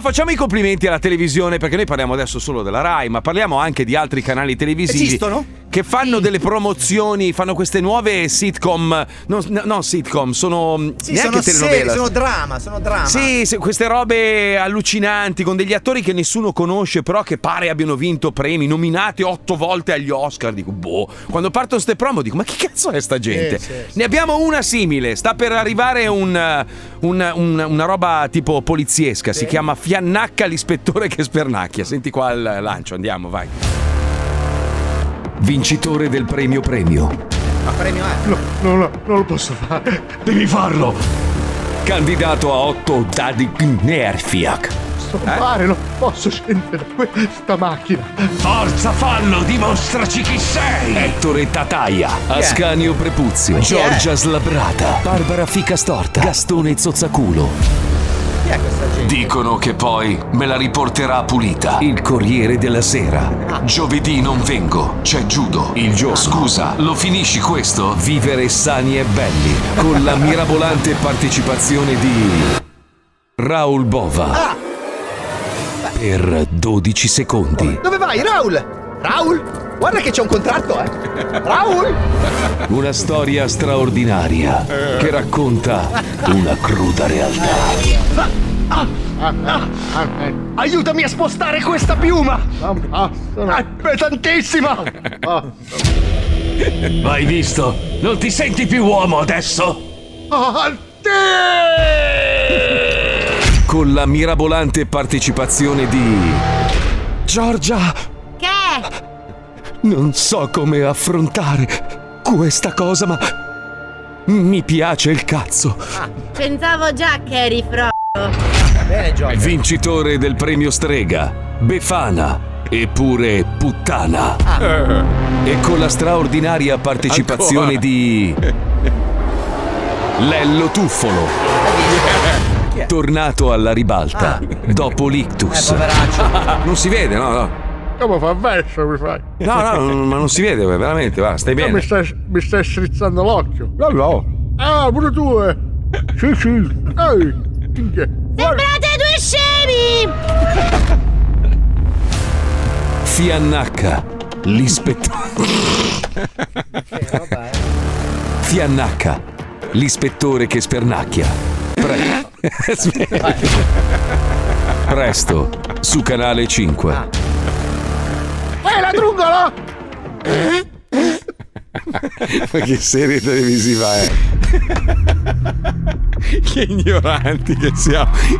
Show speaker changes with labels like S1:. S1: Facciamo i complimenti alla televisione perché noi parliamo adesso solo della Rai, ma parliamo anche di altri canali televisivi
S2: Esistono?
S1: che fanno delle promozioni, fanno queste nuove sitcom, non, no, non sitcom, sono
S2: Sì,
S1: neanche
S2: sono, serie,
S1: telenovela.
S2: sono drama, sono drama.
S1: Sì, se- queste robe allucinanti con degli attori che nessuno conosce, però che pare abbiano vinto premi, nominati otto volte agli Oscar. Dico, boh, quando partono ste promo dico, ma chi cazzo è sta gente?
S2: Eh, sì, sì.
S1: Ne abbiamo una simile, sta per arrivare un, eh, un- un- una roba tipo poliziesca, si chiama Fiannacca l'ispettore che spernacchia. Senti qua il lancio, andiamo, vai. Vincitore del premio premio.
S2: Ma premio eh. è.
S3: Non lo, non lo posso fare. Devi farlo.
S1: Candidato a 8 Dadi Gnerfiak.
S3: Sto
S4: Eh?
S3: male, non posso scendere da questa macchina.
S1: Forza, fallo, dimostraci chi sei! Ettore Tataia, Ascanio Prepuzio, Giorgia Slabrata, Barbara Ficastorta, Gastone Zozzaculo.
S2: Chi è questa gente?
S1: Dicono che poi me la riporterà pulita. Il Corriere della
S2: Ah.
S1: Sera. Giovedì non vengo, c'è Giudo. Il gioco. Scusa, lo finisci questo? Vivere sani e belli, con la mirabolante partecipazione di Raul
S2: Ah.
S1: Bova. Per 12 secondi.
S2: Dove vai, Raul? Raul? Guarda che c'è un contratto, eh. Raul?
S1: Una storia straordinaria che racconta una cruda realtà.
S4: Aiutami a spostare questa piuma! Ah,
S3: Non posso,
S4: È
S3: non
S4: pesantissima!
S3: posso.
S1: L'hai visto? Non ti senti più uomo adesso?
S3: Oh,
S1: Con la mirabolante partecipazione di. Giorgia,
S5: Che?
S1: non so come affrontare questa cosa, ma. Mi piace il cazzo.
S5: Pensavo già che eri fro.
S2: Bene, Giorgio.
S1: Vincitore del premio Strega, Befana, eppure Puttana. E con la straordinaria partecipazione di. Lello Tuffolo, tornato alla ribalta dopo l'ictus.
S2: Poveraccio.
S1: non si vede, no, no.
S3: Come fa verso mi fai?
S1: No, no, non- ma non si vede, veramente, va, stai
S3: Mi
S1: bene.
S3: stai, mi stai strizzando l'occhio.
S1: No, no.
S3: Ah, pure tu, eh. Sì, sì. Ehi. minchia. Guarda.
S5: Sembrate due scemi!
S1: Fiannacca, l'ispettore. Fiannacca, l'ispettore che spernacchia. Pre- Presto, su canale 5.
S3: Eh, la trungola!
S1: Ma che serie televisiva è? che ignoranti che siamo.